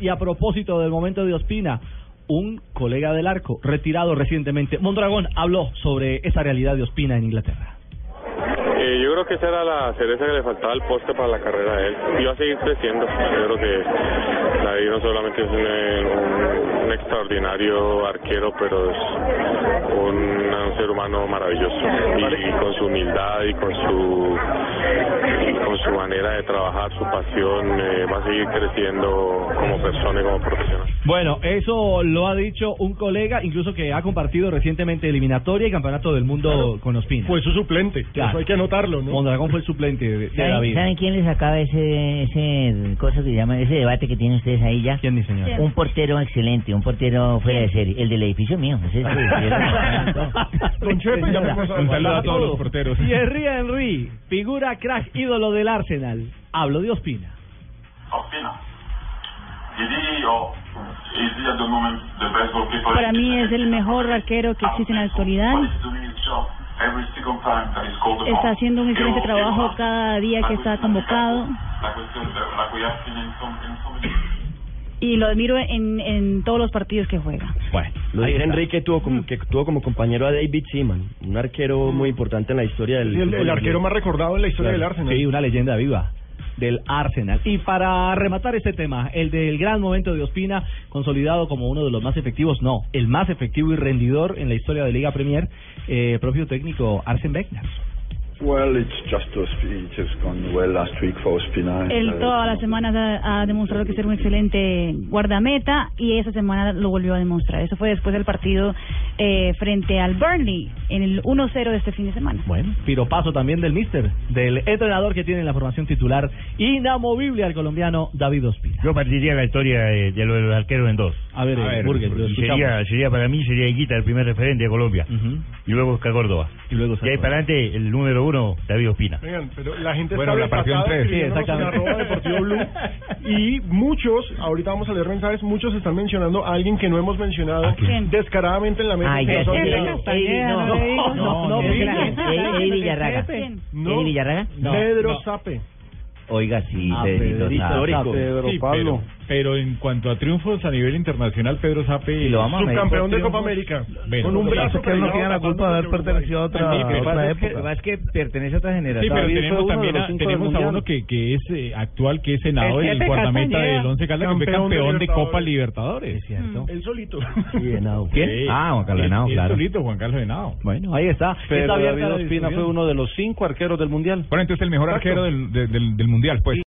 Y a propósito del momento de Ospina, un colega del arco, retirado recientemente, Mondragón, habló sobre esa realidad de Ospina en Inglaterra. Eh, yo creo que esa era la cereza que le faltaba al poste para la carrera de él. Iba a seguir creciendo. Yo creo que David no solamente es un, un- un extraordinario arquero, pero es un, un ser humano maravilloso. Y, con su humildad y con su y con su manera de trabajar, su pasión, eh, va a seguir creciendo como persona y como profesional. Bueno, eso lo ha dicho un colega, incluso que ha compartido recientemente eliminatoria y campeonato del mundo con Ospina. Fue su suplente, Claro. eso hay que anotarlo, ¿no? Mondragón fue el suplente de, de ¿Saben, David. saben quién les acaba ese, ese cosa que llaman, ese debate que tienen ustedes ahí ya? ¿Quién, mi señor? Un portero excelente, un portero fuera de serie, el del edificio mío. ese es- Don Chepe, ya vamos a- Un saludo a a todos todos. los porteros. Thierry Henry, figura crack, ídolo del Arsenal, habló de Ospina. Ospina. Is he, or is he at the moment the best goalkeeper? Para mí es el mejor arquero que existe en la actualidad. But he's doing his job every single time that he's called upon. Está haciendo un excelente trabajo cada día que está convocado La cuestión de la que ya tienen son- en so many- y lo admiro en, en todos los partidos que juega. Bueno, Lo ahí dijo está. Enrique tuvo Mm. como, que tuvo como compañero a David Seaman, un arquero muy importante en la historia del Sí, el, fútbol el arquero inglés. más recordado en la historia del Arsenal. Sí, una leyenda viva del Arsenal. Y para rematar este tema, el del gran momento de Ospina, consolidado como uno de los más efectivos, no, el más efectivo y rendidor en la historia de Liga Premier, eh, propio técnico Arsen Wenger. Well, it's just Ospina. It has gone well last week for Ospina. Él Uh, todas las semanas ha, ha demostrado que es un excelente guardameta y esa semana lo volvió a demostrar. Eso fue después del partido eh, frente al Burnley en el 1-0 de este fin de semana. Bueno, piropazo también del mister, del entrenador que tiene en la formación titular inamovible al colombiano David Ospina. Yo partiría la historia de, de lo de los arqueros en dos. A ver, eh, Burgues, lo Y escuchamos. sería, sería para mí sería Higuita el primer referente de Colombia. Ujú. Y luego Oscar Córdoba. Y luego Y ahí para adelante el número uno, David Ospina. Oigan, pero la gente Bueno, está la partió en desatada tres. Sí, escribiéndonos en exactamente. arroba Deportivo Blue. y muchos, ahorita vamos a leer mensajes, muchos están mencionando a alguien que no hemos mencionado ¿A quién? descaradamente en la mesa. Ay, que ya nos ha sé. olvidado. Ey, ey, no, no le digo. no, No, no, no, no, Pinga. Ey, ey, Villarraga. ¿Quién? No. ¿Ey, Villarraga? No, Pedro no. Sape. Oiga, sí, Ah, Pedrito Pedrito Sabe. Sabe. Sí, pero, pero en cuanto a triunfos a nivel internacional, Pedro Sape Y lo vamos a medir. Subcampeón de Triunfos. Copa América. Bueno, con un lo que pasa brazo es que él no tiene la culpa de haber pertenecido a otra- Sí, pero- otra época. época. que pertenece a otra Sí, generación. pero David fue tenemos uno de también los a, cinco del tenemos a Mundial. uno que, que es eh, actual, que es senador, El el, Pepe guardameta Castañeda, del Once Caldas, que fue campeón de campeón de Copa Libertadores. Libertadores. cierto. Mm. Él solito. Sí, Henao. Sí. Ah, Juan Carlos Él- Henao, él claro. solito, Juan Carlos Henao. Bueno, ahí está. Pero Está abierta David la Ospina discusión. fue uno de los cinco arqueros del Mundial. Bueno, entonces el mejor arquero del, del, del mundial, pues.